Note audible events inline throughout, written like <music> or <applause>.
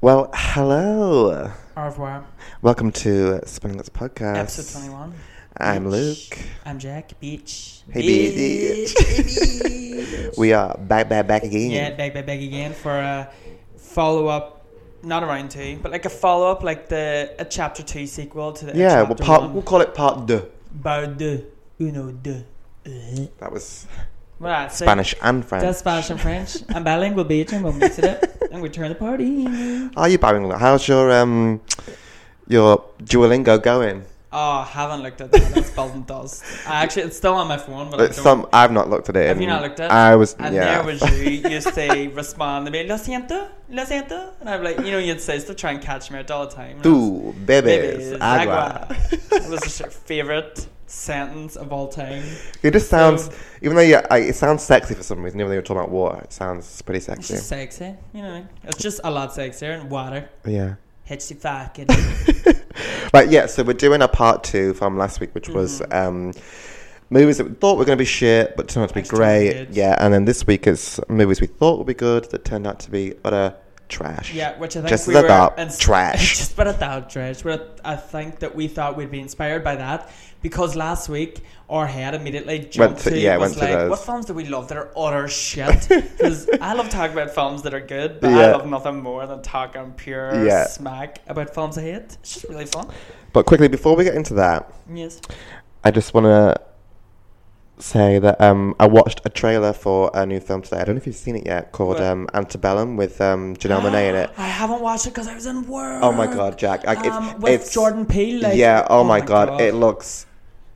Well, hello. Au revoir. Welcome to Spinning This Podcast. Episode 21. I'm Bitch. Luke. I'm Jack. Bitch. Hey, bitch. bitch. We are back, back, back again. yeah, back, back, back again for a follow up, not a round two, but like a follow up, like the a chapter two sequel to the Yeah, we'll, chapter part, one. we'll call it part deux. Bar de uno de. Uh-huh. That was Well, that's it. Spanish and French. That's Spanish and French. I'm bilingual, bitch. I'm gonna mix it up. and we turn <laughs> the party. Are you bilingual? How's your um your Duolingo going? Oh, haven't looked at that. That's Bolton dust. I actually, it's still on my phone, but I It's don't some I've not looked at it. Have in- you not looked at it? I was And yeah. there was you. <laughs> You say respond to me, lo siento, lo siento, and I'm like, you know, you'd say still try and catch me out all the time. And I was, Tú bebes, "Bebes agua. <laughs> It was just your favorite sentence of all time. It just sounds, So- even though yeah, I, it sounds sexy for some reason. Even though you're talking about water, it sounds pretty It's sexy. just sexy, you know. It's just a lot sexier and water. Yeah. Hits you fucking. Right, yeah, so we're doing a part two from last week, which was Mm-hmm. um, movies that we thought were going to be shit, but turned out to be Actually turned out great. good. Yeah, and then this week is movies we thought would be good that turned out to be utter trash. Yeah, which I think Just we the were thought, ins- trash. <laughs> Just but a thought trash. But I think that we thought we'd be inspired by that because last week our head immediately jumped to- to, yeah, was went to like, those. what films do we love that are utter <laughs> shit? Because I love talking about films that are good, but Yeah. I love nothing more than talking pure Yeah. smack about films I hate. It's just really fun. But quickly, before we get into that, Yes. I just want to say that um, I watched a trailer for a new film today. I don't know if you've seen it yet, called What? um, Antebellum with um, <gasps> Janelle Monae in it. I haven't watched it because I was in work. Oh my god, Jack! Like, it's, um, with it's Jordan Peele. Like, yeah. Oh, my god, it looks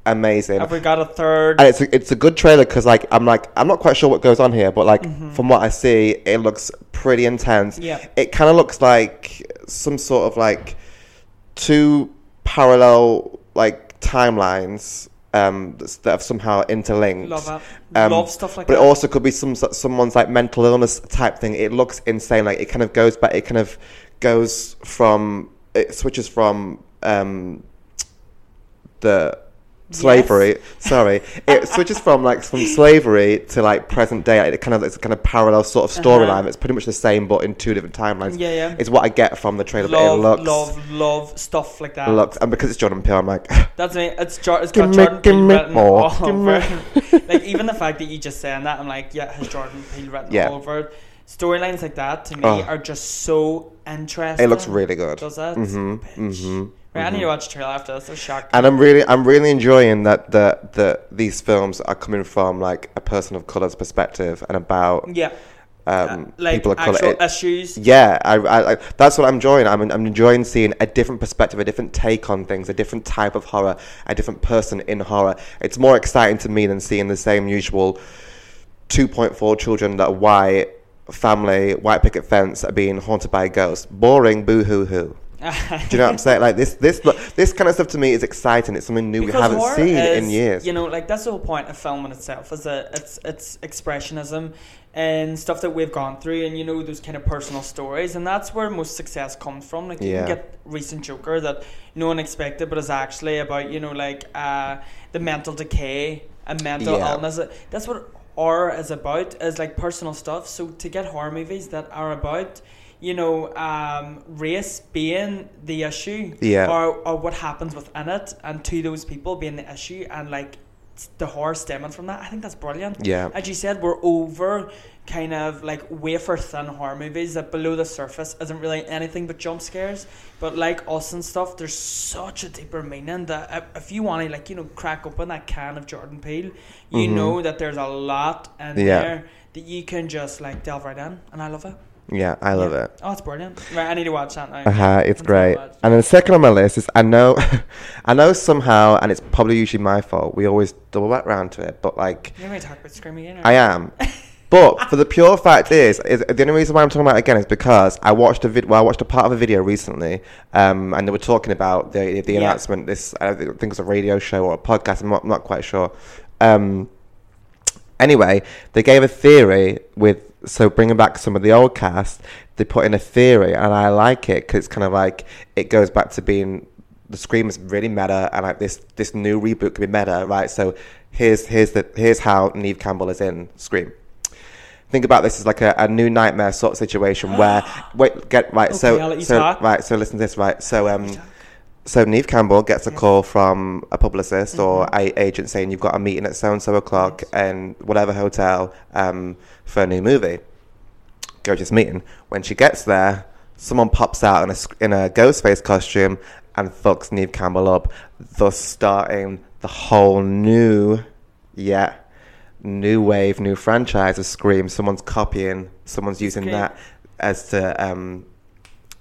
amazing. Have we got a third? and it's a, it's a good trailer because like I'm like I'm not quite sure what goes on here, but like from what I see, it looks pretty intense. Yep. it kind of looks like some sort of like two parallel like timelines um, that's- that have somehow interlinked. Love that. Um, Love stuff like but that. it also could be some someone's like mental illness type thing. It looks insane. Like it kind of goes back. It kind of goes from it switches from um, the slavery. Sorry, it switches from like from slavery to like present day. Like, it kind of it's a kind of parallel sort of storyline. Uh-huh. It's pretty much the same but in two different timelines. Yeah, yeah. It's what I get from the trailer. love, but it looks love, love stuff like that. looks and because it's Jordan Peele, I'm like <laughs> That's me. It's, jo- it's Give got me- Jordan give Peele me written more. all Give over. me- <laughs> it. like even the fact that you just saying that, I'm like, yeah, has Jordan Peele written Yeah. all over it? Storylines like that to me Oh. are just so interesting. it looks really good. Does that? Mhm, Bitch. mhm, Right, I need to watch a trailer after this. I'm shocked. and I'm really, I'm really enjoying that that that these films are coming from like a person of color's perspective and about yeah, uh, um, Uh, like people of color. actual uh, It- <laughs> issues. yeah, I, I, I, that's what I'm enjoying. I'm, I'm enjoying seeing a different perspective, a different take on things, a different type of horror, a different person in horror. It's more exciting to me than seeing the same usual 2.4 children that are white family, white picket fence are being haunted by a ghost. Boring, boo hoo hoo. Do you know what I'm saying? Like this, this, this kind of stuff to me is exciting. It's something new we Because haven't horror seen in is, years. You know, like that's the whole point of film in itself is that it's it's expressionism and stuff that we've gone through, and you know those kind of personal stories, and that's where most success comes from. Like you Yeah. can get recent Joker that no one expected, but is actually about you know like uh, the mental decay and mental Yeah. illness. That's what horror is about is like personal stuff. So to get horror movies that are about you know um, race being the issue Yeah. or or, or what happens within it and to those people being the issue and like s- the horror stemming from that. I think that's brilliant. Yeah. As you said, we're over kind of like wafer thin horror movies that below the surface isn't really anything but jump scares. But like us and stuff, there's such a deeper meaning that if- if you want to like, you know, crack open that can of Jordan Peele, you Mhm. know that there's a lot in Yeah. there that you can just like delve right in. And I love it. Yeah, I love Yeah. it. Oh, it's brilliant. Right, I need to watch that now. Uh huh. It's That's great. what I watched. And then the second on my list is I know, <laughs> I know somehow, and it's probably usually my fault. We always double back round to it, but like You're going to talk about Scream again? aren't I <laughs> am. But for the pure fact is, is the only reason why I'm talking about it again is because I watched a vid- well, I watched a part of a video recently, um, and they were talking about the the Yeah. announcement. This I think it was a radio show or a podcast. I'm not, not quite sure. Um, anyway, they gave a theory with so bringing back some of the old cast. They put in a theory, and I like it because it's kind of like it goes back to being the scream is really meta, and like this this new reboot could be meta, right? So here's here's the here's how Neve Campbell is in Scream. Think about this as like a, a new nightmare sort of situation where <gasps> wait get right so Okay, so I'll let you talk. right so listen to this right so um so Neve Campbell gets a call from a publicist or a agent saying you've got a meeting at so and so o'clock and whatever hotel um, for a new movie. Go to this meeting. When she gets there, someone pops out in a sc- in a Ghostface costume and fucks Neve Campbell up, thus starting the whole new, yeah, new wave, new franchise of Scream. Someone's copying, someone's using Okay. that as to um,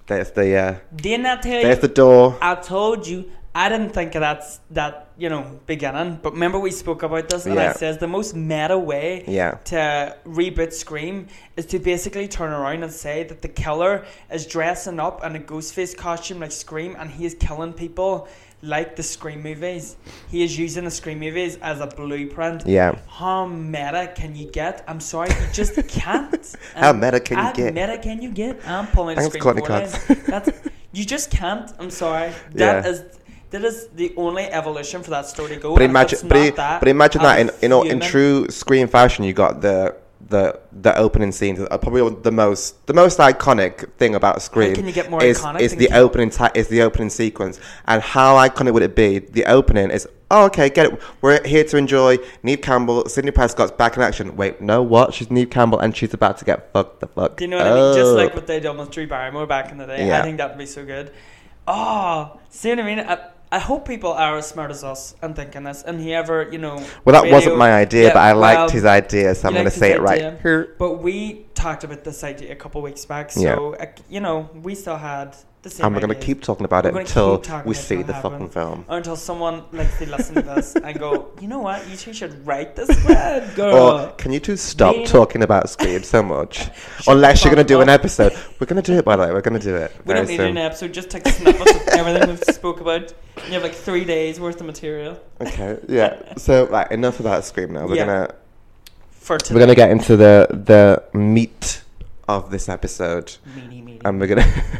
there's the uh, Didn't I tell there's you? the door. I told you. I didn't think of that that you know beginning, but remember we spoke about this, and Yeah. I says the most meta way Yeah. to uh, reboot Scream is to basically turn around and say that the killer is dressing up in a Ghostface costume like Scream, and he is killing people like the Scream movies. He is using the Scream movies as a blueprint. Yeah. How meta can you get? I'm sorry, you <laughs> just can't. How meta can you how get? meta can you get? I'm pulling a Thanks, screen Courtney for Cox. <laughs> it. That's you just can't. I'm sorry. That Yeah. is that is the only evolution for that story to go. But and if imagine, it's not but, i- that, but imagine I'm that in in, all, in fuming. true screen fashion, you got the the the opening scenes are probably the most the most iconic thing about Scream. can you get more is, iconic Is than the Kill? opening ti- is the opening sequence, and how iconic would it be? The opening is oh okay, get it. We're here to enjoy Neve Campbell, Sydney Prescott's back in action. Wait, no, what? She's Neve Campbell, and she's about to get fucked the fuck. Do you know what I mean? Just up. like what they done with Drew Barrymore back in the day. Oh. Yeah. I think that would be so good. Oh, see what I mean? I, I hope people are as smart as us and thinking this. And whoever, you know. well, that wasn't radio- my idea, Yeah, but I liked well, his idea, so I'm you going to liked say his it right idea. here. But we talked about this idea a couple weeks back, so uh, you know we still had the same. And we're going to idea. keep talking about We're it gonna until keep talking we about it see till it the fucking happens. film. Or until someone like they listen <laughs> to this and go, you know what, you two should write this red Or girl. can you two stop Being- talking about Scream so <laughs> much? Unless you're going to do an up. episode. We're going to do it, by the way. We're going to do it. we very don't need soon. an episode. Just take snippets of everything we've spoke about. You have like three days worth of material Okay, yeah. So, right, enough about Scream now. We're Yeah. going to for today. we're gonna get into the, the meat of this episode. meaty, meaty. And we're going to... <laughs>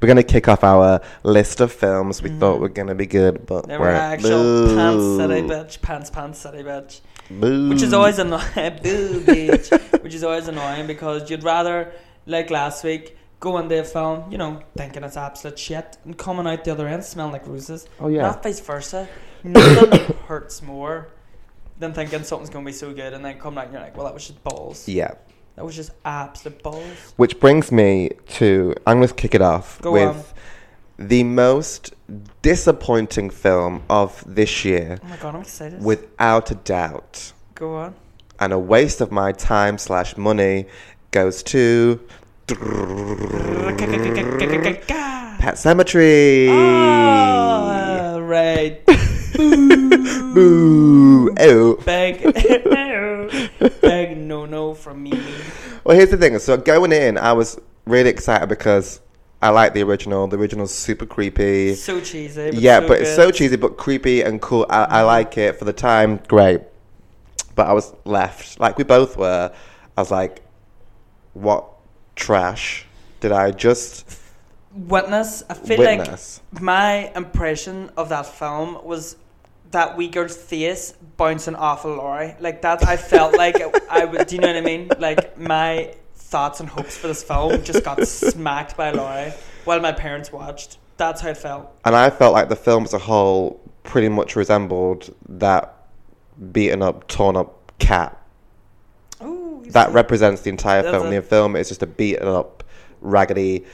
We're gonna kick off our list of films we thought Mhm. were gonna be good, but There were we're actual pants city Boo. bitch, pants pants city bitch, Boo. which is always annoying. Boo bitch. which is always annoying because you'd rather, like last week, go on their film, you know, thinking it's absolute shit, and coming out the other end smelling like roses. oh yeah. Not vice versa. Nothing hurts more than thinking something's going to be so good, and then come out and you're like, well, that was just balls. Yeah. That was just absolute balls. Which brings me to I'm going to kick it off Go with on. the most disappointing film of this year, Oh my god, I'm excited. without a doubt, Go on. and a waste of my time slash money goes to Pet Cemetery. <laughs> All right. <laughs> Boo! Ew. <laughs> Big, <laughs> big no no from me. Well, here's the thing. So going in, I was really excited because I like the original. The original's super creepy. So cheesy. But yeah, so but good. it's so cheesy, but creepy and cool. I, I like it for the time. Great, but I was left like we both were. I was like, "What trash did I just Witness, I feel like witness?" My impression of that film was that wee girl's face bouncing off of Laurie. Like that, I felt like I was. Do you know what I mean? Like my thoughts and hopes for this film just got smacked by Laurie while my parents watched. That's how it felt. and I felt like the film as a whole pretty much resembled that beaten up, torn up cat. Ooh, That represents the entire That's film. it. The film is just a beaten up, raggedy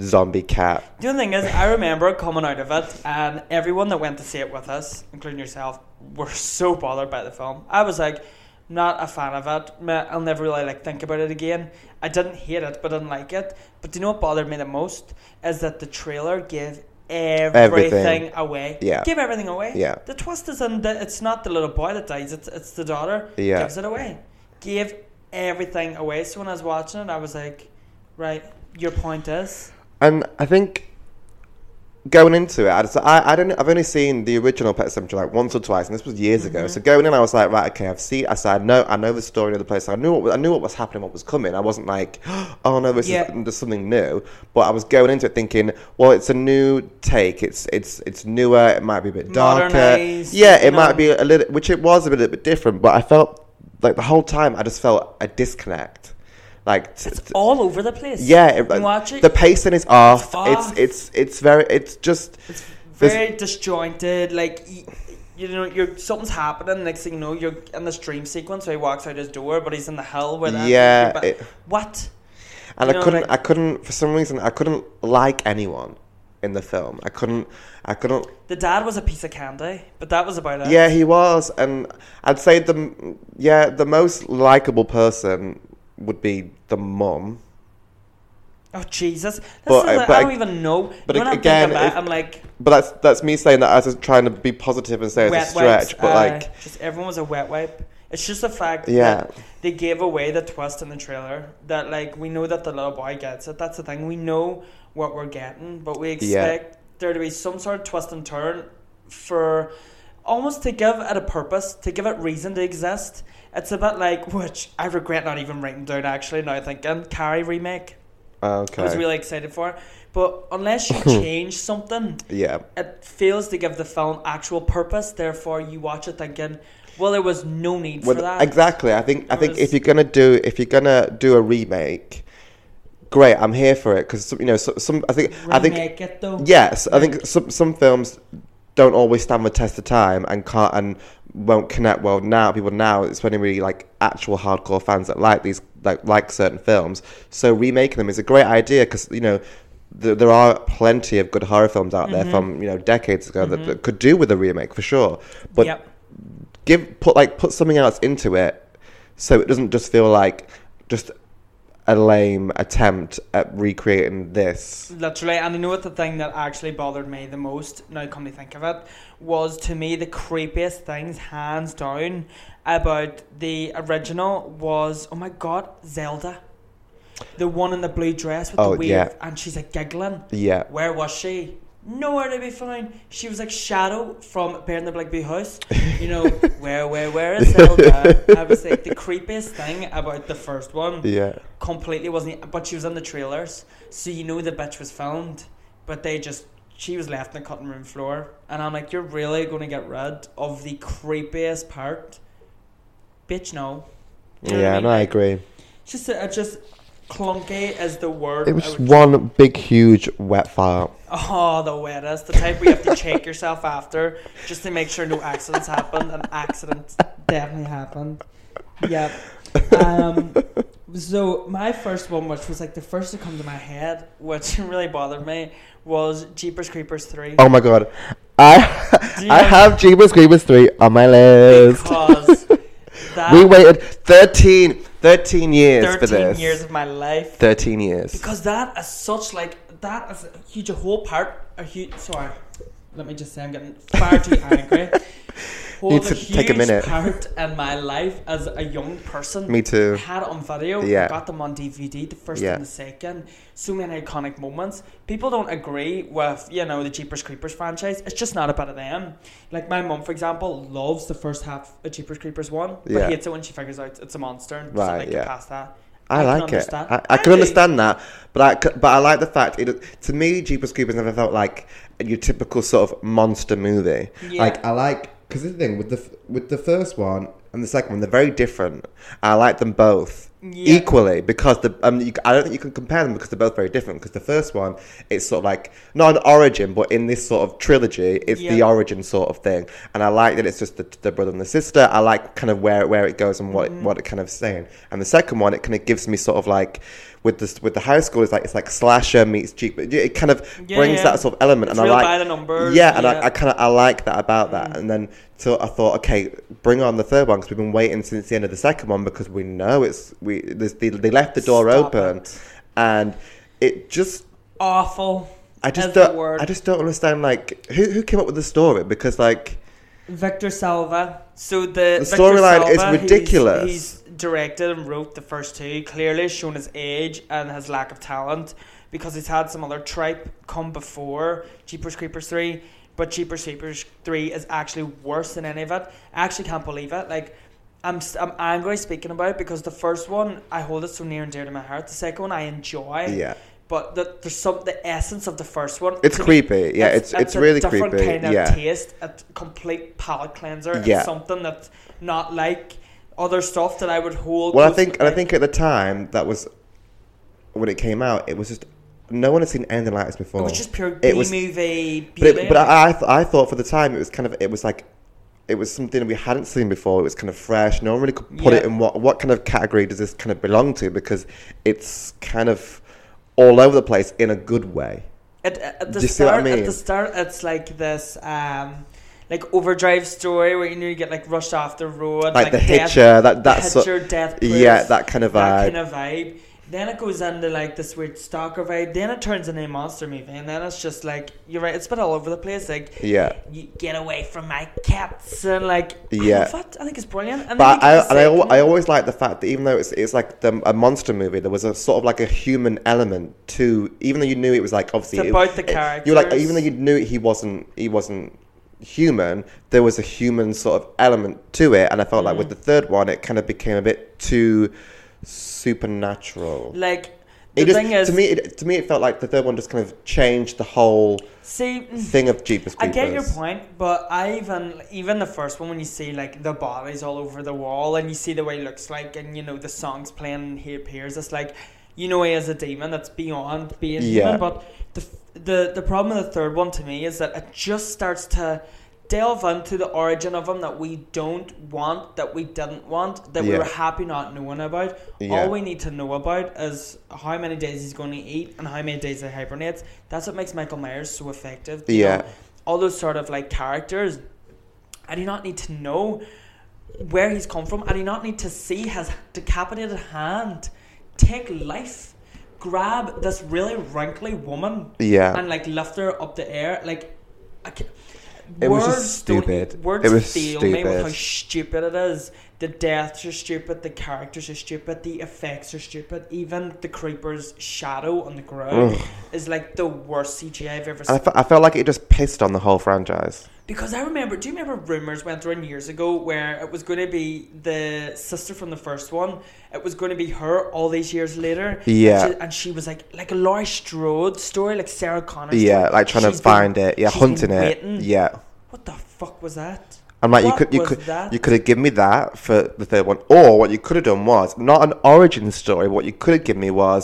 zombie cat. The other thing is, I remember coming out of it, and everyone that went to see it with us, including yourself, were so bothered by the film. I was like, not a fan of it. Meh, I'll never really like think about it again. I didn't hate it, but didn't like it. But do you know what bothered me the most is that the trailer gave everything, Everything. away. Yeah. gave everything away. Yeah. the twist is in the, it's not the little boy that dies. It's it's the daughter. Yeah. gives it away. Gave everything away. So when I was watching it, I was like, right, your point is. And I think going into it, I, just, I, I don't. I've only seen the original Pet Cemetery like once or twice, and this was years ago. So going in, I was like, right, okay, I've seen. I said, I know, I know the story of the place. I knew, what, I knew what was happening, what was coming. I wasn't like, <gasps> oh no, this Yeah. is there's something new. But I was going into it thinking, well, it's a new take. It's it's it's newer. It might be a bit darker. Modernised, yeah, it you might know. be a little, which it was a little bit different. But I felt like the whole time, I just felt a disconnect. Like t- It's t- all over the place. yeah, it- you watch it. the pacing is off. It's off. it's it's very it's just it's this- very disjointed. Like y- you know, you're something's happening. Next thing you know, you're in this dream sequence where he walks out his door, but he's in the hell where that. Yeah, but- it- what? and You I know, couldn't like- I couldn't for some reason I couldn't like anyone in the film. I couldn't I couldn't The dad was a piece of candy, but that was about it. Yeah, he was, and I'd say the m- yeah the most likable person would be the mum. Oh Jesus! This But is I- a, but I I- don't even know. but when ag- I'm again, thinking about if- it, I'm like But that's that's me saying that as a- trying to be positive and say it's wet a stretch. wipes. but uh, like, just everyone was a wet wipe. It's just the fact yeah, that they gave away the twist in the trailer. That like we know that the little boy gets it. That's the thing. We know what we're getting, but we expect there to be some sort of twist and turn for almost to give it a purpose, to give it reason to exist. It's a bit like which I regret not even writing down actually now thinking Carrie remake. okay, I was really excited for. But <laughs> unless you change something, yeah, it fails to give the film actual purpose. Therefore, you watch it thinking, well, there was no need Well, for that. exactly. I think I It think was- if you're gonna do if you're gonna do a remake, great, I'm here for it because you know so, some I think I think Remake it though. Yes, I think some some films don't always stand the test of time and can't and won't connect well now. People now it's only really like actual hardcore fans that like these like like certain films. So remaking them is a great idea because you know. th- There are plenty of good horror films out Mm-hmm. there from you know decades ago that, that could do with a remake for sure, but Yep. give put like put something else into it, so it doesn't just feel like just a lame attempt at recreating this. Literally, and you know what the thing that actually bothered me the most, now come to think of it, was to me the creepiest things, hands down, about the original was oh my god, Zelda. The one in the blue dress with Oh, the wave yeah. and she's like giggling. Yeah, Where was she? Nowhere to be found. She was like Shadow from Bear in the Black Bee <laughs> House. You know, where, where, where is Zelda? I was like, the creepiest thing about the first one yeah. completely wasn't, but she was in the trailers, so you know the bitch was filmed, but they just, she was left in the cutting room floor. And I'm like, you're really going to get rid of the creepiest part? Bitch, no. You know what I yeah, mean? no, I agree. It's just, it's just clunky is the word. It I was would one big, huge wet fart. Oh, the wettest. The type where you have <laughs> to check yourself after just to make sure no accidents happen. And accidents definitely happened. Yep. Um, so, my first one, which was like the first to come to my head, which <laughs> really bothered me, was Jeepers Creepers 3. Oh my god. I <laughs> Do you I have Jeepers Creepers 3 on my list. Because <laughs> that We waited 13, 13 years for 13 this. years of my life. 13 years. Because that is such like that is a huge a whole part a huge sorry. Let me just say I'm getting <laughs> far too angry. Need Holds to take a huge minute. part in my life as a young person. Me I too. had it on video. Yeah. I got them on DVD, the first Yeah. and the second. So many iconic moments. People don't agree with, you know, the Jeepers Creepers franchise. It's just not about them. Like my mum, for example, loves the first half of Jeepers Creepers 1, but Yeah. hates it when she figures out it's a monster and doesn't Right, like it yeah. past that. I, can like it. understand. I, I can do. understand that, but I c- but I like the fact it to me Jeepers Creepers never felt like your typical sort of monster movie. Yeah. Like I like because the thing with the f- with the first one and the second one they're very different. I like them both Yeah. equally because the um, you, c- I don't think you can compare them because they're both very different. Because the first one it's sort of like not an origin, but in this sort of trilogy, it's the Yeah. origin sort of thing. And I like that it's just the, the brother and the sister. I like kind of where where it goes and what Mm-hmm. it, what it kind of saying. And the second one, it kind of gives me sort of like with this with the high school, it's like it's like slasher meets cheap. It it kind of Yeah, brings yeah. that sort of element, It's and I real like by the numbers. Yeah, and I, yeah. Mm. I kind of I like that about that. And then so I thought, okay, bring on the third one because we've been waiting since the end of the second one because we know it's we there's- they, they left the door Stop open, it. and it just awful. I just is the don't word. I just don't understand like who who came up with the story because like Victor Salva. So the, The Victor storyline is Salva, he's- ridiculous. He's, directed and wrote the first two. Clearly shown his age and his lack of talent because he's had some other tripe come before Jeepers Creepers three. But Jeepers Creepers three is actually worse than any of it. I actually can't believe it. Like. I'm, s- I'm angry speaking about it because the first one I hold it so near and dear to my heart. The second one I enjoy, yeah but the, there's some the essence of the first one. it's to me, creepy yeah it's it's, really a different creepy Kind of yeah taste, a t- complete palate cleanser. Yeah. It's something that's not like other stuff that I would hold. well I close think to and I my- think at the time that was when it came out, it was just no one had seen anything like this before. It was just pure B It was- movie. But, it, but I, I, th- I thought for the time it was kind of it was like it was something we hadn't seen before. It was kind of fresh. No one really could put it Yeah. in what what kind of category does this kind of belong to because it's kind of all over the place in a good way. At, at Do the you see what I start, at mean? the start, it's like this, um, like overdrive story where you know you get like rushed off the road, Like, the death, Hitcher, that that sort, hitcher, death, proof, yeah, that kind of that vibe. kind of vibe. Then it goes into like this weird stalker vibe. Then it turns into a monster movie, and then it's just like you're right. It's been all over the place. Like yeah. you get away from my cats and like I Yeah. love it. I think it's brilliant. And But then I, you get and I, the al- second- I always like the fact that even though it's, it's like the, a monster movie, there was a sort of like a human element to even though you knew it was like obviously It's it- about the it- You were like characters. even though you knew he wasn't he wasn't human, there was a human sort of element to it, and I felt Mm. like with the third one, it kind of became a bit too supernatural. like the It just, thing is to me, it, to me, it felt like the third one just kind of changed the whole see. mm, thing of Jeepers I Creepers. get your point, but I even even the first one when you see like the bodies all over the wall and you see the way he looks like and you know the songs playing and he appears, it's like you know he is a demon that's beyond being Yeah. human. But the f- the the problem with the third one to me is that it just starts to delve into the origin of him that we don't want, that we didn't want, that we Yeah. were happy not knowing about. Yeah. All we need to know about is how many days he's going to eat and how many days he hibernates. That's what makes Michael Myers so effective. you Yeah. know, all those sort of like characters. I do not need to know where he's come from. I do not need to see his decapitated hand take life, grab this really wrinkly woman Yeah. and like lift her up the air. Like, I ca- It was words just don't- stupid. words It was fail me with stupid. how stupid it is. The deaths are stupid. The characters are stupid. The effects are stupid. Even the creeper's shadow on the ground Ugh. is like the worst CGI I've ever And I seen. fe- I felt like it just pissed on the whole franchise. Because I remember, do you remember rumors went around years ago where it was going to be the sister from the first one? It was going to be her all these years later. Yeah. and she, and she was like like a Laurie Strode story, like Sarah Connor. Yeah, story. like trying She's to been- find it. Yeah, she's hunting been it. waiting. Yeah. What the fuck was that? I'm like, What you could, you was could, that? you could have given me that for the third one, or what you could have done was not an origin story. What you could have given me was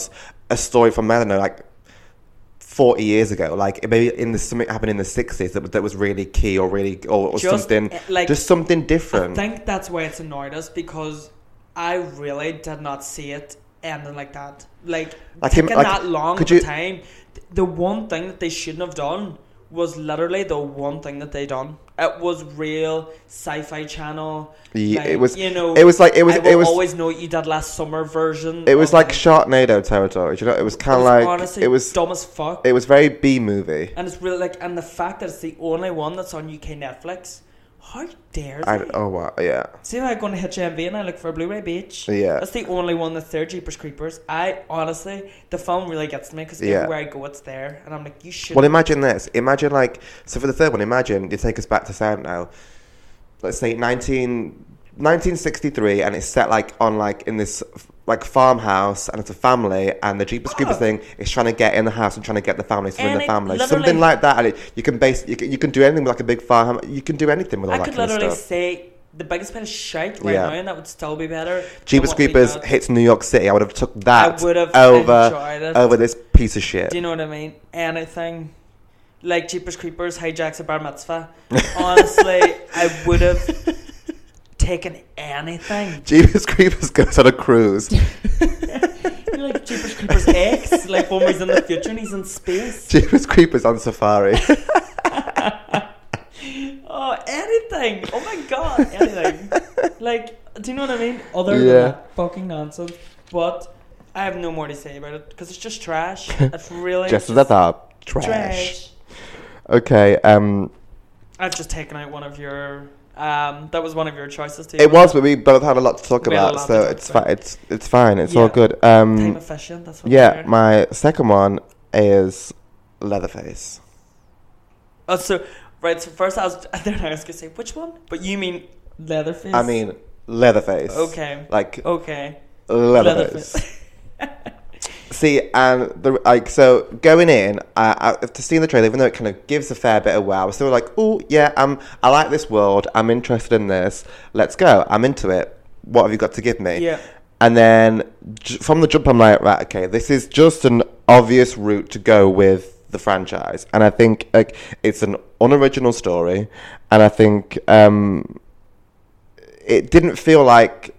a story from I don't know, like forty years ago, like maybe in the something happened in the sixties that, was- that was really key or really or, or Just, something, uh, like- just something I different. think that's why it's annoyed us because I really did not see it ending like that. Like, Like him- taking like, that long could of a you- time. th- The one thing that they shouldn't have done was literally the one thing that they done. It was real sci-fi channel. Yeah, like, it was- You know, it was like- it was- I will it was- always know what you did last summer version. it was of like it. Sharknado territory. Do you know, it was It kind of was like honestly it was, dumb as fuck. it was very B movie. and it's really like, and the fact that it's the only one that's on UK Netflix. How dare I, they? oh wow, yeah, See if I go to HMV and I look for a Blu-ray Beach. Yeah. That's the only one that's there, Jeepers Creepers. I honestly, the film really gets to me because Yeah. everywhere I go, it's there. And I'm like, you should. Well, imagine this. Imagine like so for the third one. Imagine you take us back to sound now. Let's say 19, 1963, and it's set like on like in this like farmhouse, and it's a family, and the Jeepers Creepers Oh. thing is trying to get in the house and trying to get the families within And the it family, literally- something like that. And it, you can base you can, you can do anything with like a big farm. You can do anything with all I that could kind of literally stuff. say the biggest bit of shite right Yeah. now, and that would still be better. than Jeepers what we Creepers got. hits New York City. I would have took that I would have over enjoyed it. over this piece of shit. Do you know what I mean? Anything. Like Jeepers Creepers hijacks a bar mitzvah. <laughs> Honestly, I would have taken anything. Jeepers Creepers goes on a cruise. You know, like Jeepers Creepers X, like when he's in the future and he's in space. Jeepers Creepers on <laughs> safari. Oh, anything! Oh my god, anything! <laughs> like, do you know what I mean? Other Yeah. than that fucking nonsense. But I have no more to say about it because it's just <laughs> trash. It's really Just as I thought, trash. trash. Okay, um, I've just taken out one of your. Um, that was one of your choices too. it was, but we both had a lot to talk We had a about, lot so to talk it's about. fi- it's it's fine. It's Yeah. all good. Time Um, efficient. That's what. yeah, we're- my second one is Leatherface. Oh, so right. So first, I was. <laughs> Then I was gonna say which one, but you mean Leatherface? I mean Leatherface. Okay. like Okay. Leatherface. <laughs> See, and the like, so going in, I, I, to seeing the trailer, even though it kind of gives a fair bit of wow, I was still like, oh yeah, um, I like this world. I'm interested in this. Let's go. I'm into it. What have you got to give me? Yeah. And then j- from the jump, I'm like, right, okay, this is just an obvious route to go with the franchise. And I think like, it's an unoriginal story. And I think um, it didn't feel like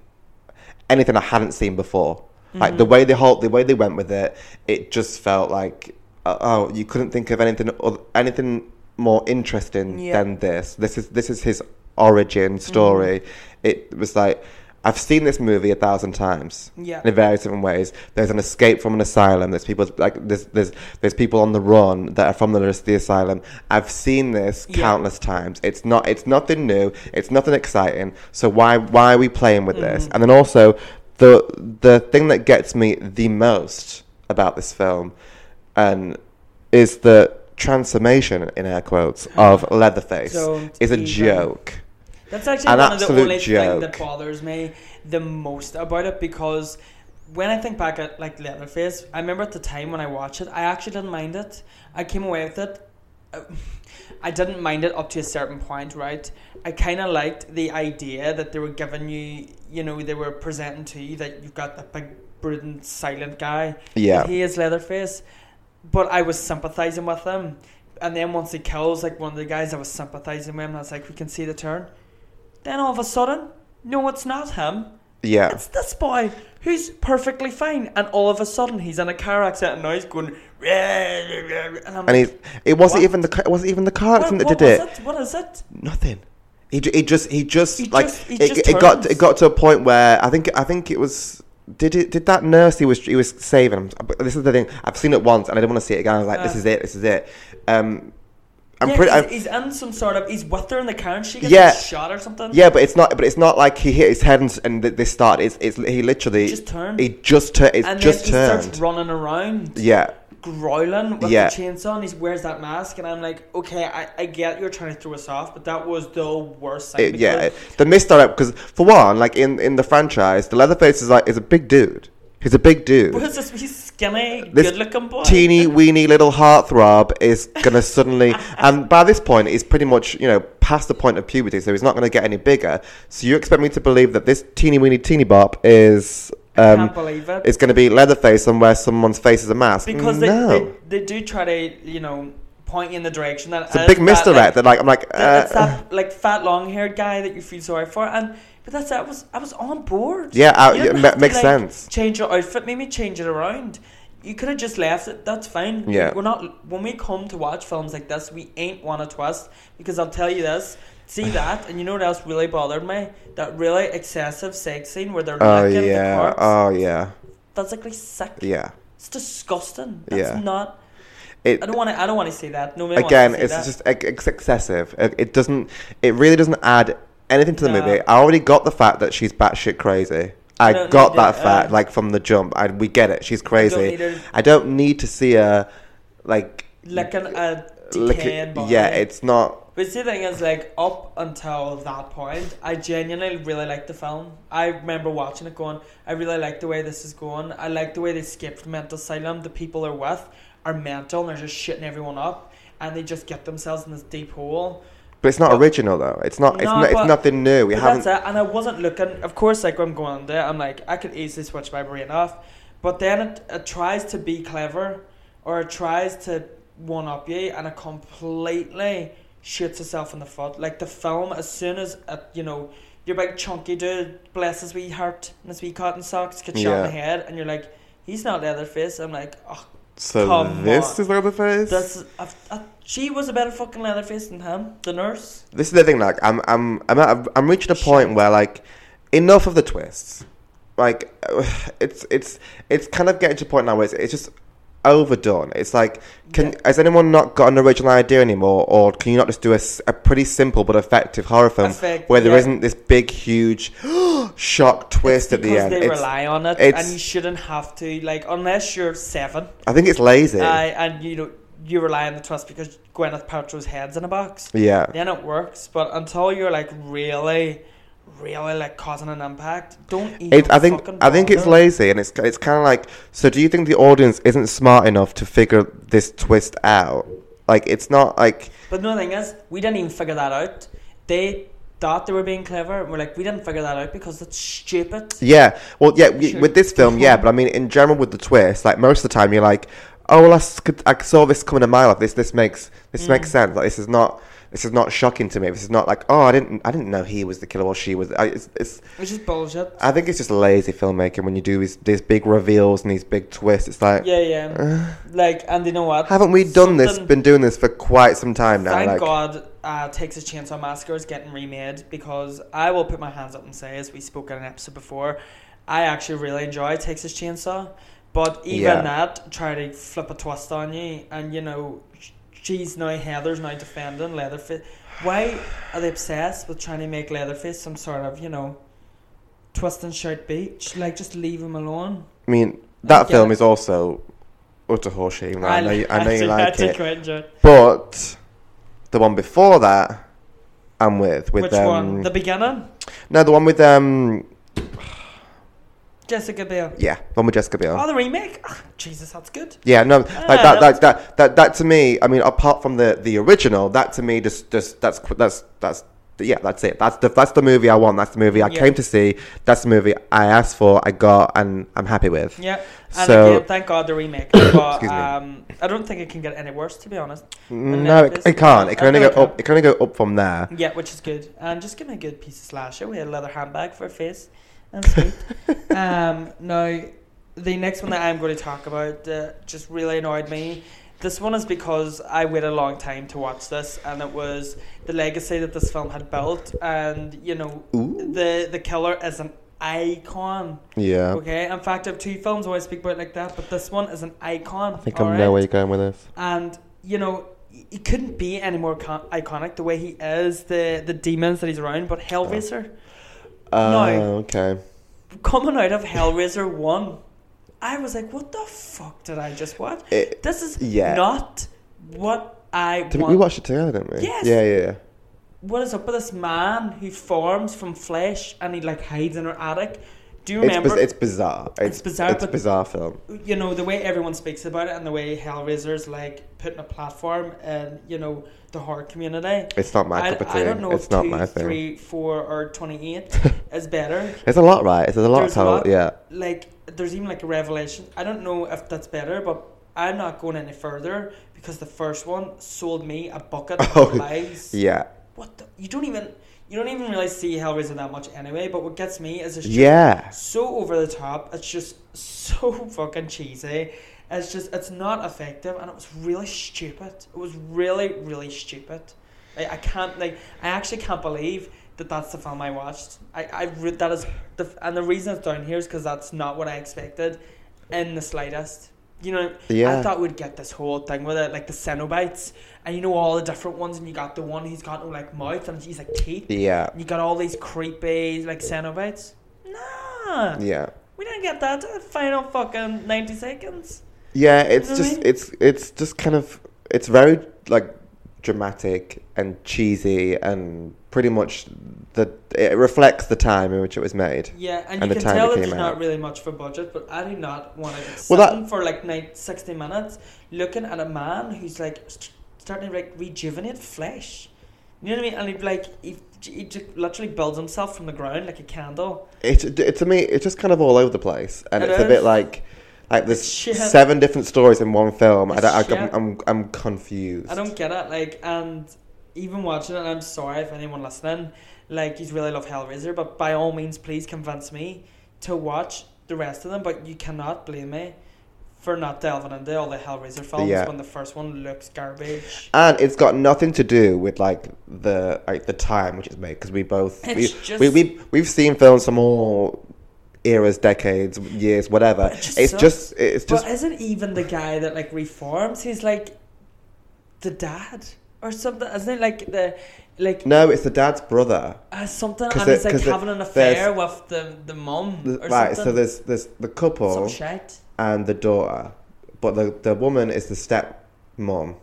anything I hadn't seen before. Like the way they hold, the way they went with it, it just felt like uh, oh, you couldn't think of anything oth- anything more interesting Yeah. than this. This is this is his origin story. It was like I've seen this movie a thousand times Yeah. in various different ways. There's an escape from an asylum. There's people like there's there's there's people on the run that are from the, the asylum. I've seen this Yeah. countless times. It's not it's nothing new. It's nothing exciting. So why why are we playing with Mm. this? And then also the the thing that gets me the most about this film and is the transformation in air quotes <sighs> of Leatherface Don't is a even. joke. That's actually An one of the absolute only thing that joke. bothers me the most about it because when I think back at like Leatherface, I remember at the time when I watched it, I actually didn't mind it. I came away with it. uh, I didn't mind it up to a certain point, right? I kind of liked the idea that they were giving you, you know, they were presenting to you that you've got that big, brooding, silent guy. Yeah. He is Leatherface, but I was sympathizing with him. And then once he kills like one of the guys, I was sympathizing with him. I was like, we can see the turn. Then all of a sudden, no, it's not him. Yeah. It's this boy who's perfectly fine. And all of a sudden, he's in a car accident and now he's going. "Rah, rah, rah," And I'm And like, he's, it wasn't What? even the ca- it wasn't even the car what, accident that what did it. was it? What is it? Nothing. He, ju- he just he just He like just- he it, just it got turns. it got to a point where I think I think it was did it did that nurse he was he was saving But This is the thing I've seen it once and I didn't want to see it again. I was like, this Uh. is it, this is it. Um, I'm yeah, pretty. he's, I'm- he's in some sort of. He's with her in the car and she gets Yeah. shot or something. yeah, but it's not. But it's not like he hit his head and, s- and th- they start. It's it's he literally He just turned. He just turned. It's and just then he turned. starts running around. Yeah, growling with Yeah. the chainsaw and he wears that mask and I'm like, okay, I, I get you're trying to throw us off, but that was the worst thing. it, yeah. because- It, the misdirect because for one, like in in the franchise, the Leatherface is like is a big dude. He's a big dude. What is this? <laughs> He's skinny, This good looking boy. teeny weeny little heartthrob is gonna suddenly <laughs> and by this point he's pretty much you know past the point of puberty so he's not gonna get any bigger so you expect me to believe that this teeny weeny teeny bop is I can't um believe it. is gonna be leatherface and where someone's face is a mask because they, no they, they do try to, you know, point you in the direction that it's a big misdirect That, that like i'm like like, that- it's uh, that like fat long haired guy that you feel sorry for and but that's I was I was on board. yeah, uh, You yeah didn't ma- have to, makes like, sense Change your outfit, maybe change it around. You could have just left it. That's fine. Yeah. We're not when we come to watch films like this, we ain't want to twist because I'll tell you this. <sighs> See that, and you know what else really bothered me? That really excessive sex scene where they're oh licking the yeah corpse. oh yeah Physically sick. yeah It's disgusting. That's Yeah. not. it, I don't want to. I don't want to see that. No. again want to it's see that. just ex- it's excessive it it doesn't it really doesn't add anything to the No. movie i already got the fact that she's batshit crazy I i don't got need that it, fact uh, like from the jump I, we get it she's crazy need her- I don't need to see her like licking a lick decaying it- body. yeah it's not But see, the thing is, like, up until that point, I genuinely really liked the film. I remember watching it going, I really like the way this is going. I like the way they escape from mental asylum. The people they're with are mental and they're just shitting everyone up. And they just get themselves in this deep hole. but it's not But- original though it's not it's No, not it's but- nothing new we But haven't That's it. And I wasn't looking. Of course, like when I'm going on there, I'm like, I could easily switch my brain off. But then it, it tries to be clever, or it tries to one up you, and it completely shoots itself in the foot. Like the film, as soon as it, you know your big chunky dude, bless his wee heart and his wee cotton socks, gets shot in Yeah. the head, and you're like, he's not Leatherface. I'm like, oh, so come this on. is Leatherface this. Is, I, I, she was a better fucking Leatherface than him. The nurse. this is the thing like i'm i'm i'm at, i'm reaching a point where like enough of the twists like <sighs> it's it's it's kind of getting to a point now where it's, it's just overdone it's like can Yeah. has anyone not got an original idea anymore or can you not just do a, s- a pretty simple but effective horror film Effect, where there yeah. not this big huge <gasps> shock twist at the because end They It's- rely on it, it's- and you shouldn't have to. Like unless you're seven, i think it's lazy uh, and you know you rely on the trust because Gwyneth Paltrow's head's in a box. yeah Then it works, but until you're like really, really like causing an impact, don't. Even It, I think fucking I think it's bother. lazy and it's it's kind of like so. Do you think the audience isn't smart enough to figure this twist out? Like it's not like But no, the thing is, we didn't even figure that out. They thought they were being clever, and we're like, we didn't figure that out because that's stupid. Yeah. Well, yeah, y Sure. with this film, yeah, but I mean, in general, with the twist, like most of the time, you're like, oh, well, I, s- could, I saw this coming a mile off. This this makes this Mm. makes sense. Like this is not this is not shocking to me. This is not like, oh, I didn't I didn't know he was the killer or she was. I, it's, it's Which is bullshit. I think it's just lazy filmmaking when you do these these big reveals and these big twists. It's like, yeah, yeah. like, and you know what? Uh, haven't we done this? Something- Been doing this for quite some time now. Thank like, God, uh, Takes a Chainsaw Massacre is getting remade because I will put my hands up and say, as we spoke in an episode before, I actually really enjoy Takes a Chainsaw. But even Yeah. that, try to flip a twist on you, and you know, sh- she's now Heather's now defending Leatherface. Why are they obsessed with trying to make Leatherface some sort of you know, twist and shout beach? Like, just leave him alone. I mean, that get film it. is also utter horseshit. Right? I, know <laughs> you, I know you do- like do it. quite enjoy it. But the one before that, I'm with with Which um, one? The beginning? no, the one with um, Jessica Biel. yeah, the one with Jessica Biel. Oh, the remake? Ah, Jesus, that's good. Yeah, no, like Ah, that, that, that's- that, that, that to me. I mean, apart from the the original, that to me just, just that's qu- that's that's yeah, that's it. That's the that's the movie I want. That's the movie I Yeah. came to see. That's the movie I asked for. I got, and I'm happy with. Yeah. And So- again, thank God the remake. But <coughs> Excuse me. um, I don't think it can get any worse, to be honest. And No, then it, this- it can't. It can I only know go it up. It can only go up from there. Yeah, which is good. And just give me a good piece of slasher. We had a leather handbag for a face. And sweet. <laughs> um, now, the next one that I'm going to talk about uh, just really annoyed me. This one is because I waited a long time to watch this, and it was the legacy that this film had built. And, you know, Ooh. the, the killer is an icon. Yeah, Okay, in fact, I have two films I always speak about like that, but this one is an icon. I think all I right? know where you're going with this. And you know, he- he couldn't be any more con- iconic the way he is, the the demons that he's around. But Hellraiser, Uh, No. Okay. coming out of Hellraiser one, I was like, what the fuck did I just watch? It- this is yeah. not what I Did we, want. we watched it together, didn't we? Yes. Yeah, yeah, yeah. what is up with this man who forms from flesh and he like hides in her attic? Do you It's, remember? biz- it's bizarre. It's, bizarre, It's a but- bizarre film. you know the way everyone speaks about it and the way Hellraiser's like putting a platform and you know the horror community. It's not my I, cup of tea. I don't know it's if not two, my thing. three, four, or twenty-eight <laughs> is better. It's a lot, right? It's a lot There's a total. lot. Yeah. Like there's even like a revelation. I don't know if that's better, but I'm not going any further because the first one sold me a bucket <laughs> Oh, of lies. Yeah. What the, you don't even you don't even really see Hellraiser that much anyway. But what gets me is it's just Yeah. so over the top. It's just <laughs> so fucking cheesy. It's just it's not effective, and it was really stupid. It was really really stupid. Like I can't like I actually can't believe that that's the film I watched. I I re- that is the and the reason it's down here is because that's not what I expected, in the slightest. You know, I Yeah. thought we'd get this whole thing with it, like the Cenobites, and you know all the different ones, and you got the one who's got no like mouth and he's like teeth. Yeah. You got all these creepy like Cenobites. Nah, Yeah. we didn't get that. to the Final fucking ninety seconds. Yeah. It's know what I just mean? it's it's just kind of it's very like dramatic and cheesy and pretty much the it reflects the time in which it was made. Yeah, and, And the you can time tell it that came there's out. not really much for budget, but I do not want to sit Well, that- for like nine, 60 minutes looking at a man who's like st- starting to like rejuvenate flesh. You know what I mean? And he like he, he just literally builds himself from the ground like a candle. It, it to me it's just kind of all over the place and It it's a bit is. like like there's It's shit. seven different stories in one film. I It's don't, I, shit. I'm, I'm I'm confused. I don't get it. Like, and even watching it, and I'm sorry if anyone listening, like, you really love Hellraiser, but by all means, please convince me to watch the rest of them. But you cannot blame me for not delving into all the Hellraiser films Yeah. when the first one looks garbage. and it's got nothing to do with like the like the time which it's made because we both we, It's just- we, we we've seen films from all eras decades years whatever But it just it's sucks. just it's just but isn't even the guy that like reforms? He's like the dad or something, isn't it? Like the like. no it's the dad's brother Uh, something, 'Cause and it- he's like 'cause it- having an there's- affair with the the mum The- or right so something. there's there's the couple some shite. and the daughter but the the woman is the step mom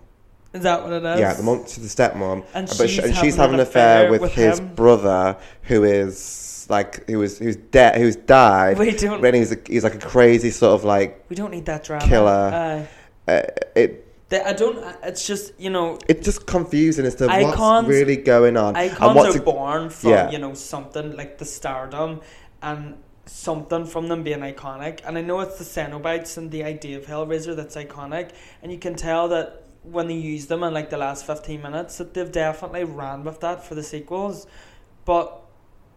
Is that what it is? yeah the mom she's the step mom And but she's she, and she's having having an affair with, his him. brother who is like who was who's dead who's died We don't- and he's, a, he's like a crazy sort of like We don't need that drama. Killer. Uh, uh, it They, I don't. It's just you know, It's just confusing as to what's Icons- really going on and icons what's are a- born from yeah. you know something like the stardom and something from them being iconic. And I know it's the Cenobites and the idea of Hellraiser that's iconic, and you can tell that when they use them in like the last fifteen minutes that they've definitely ran with that for the sequels, but.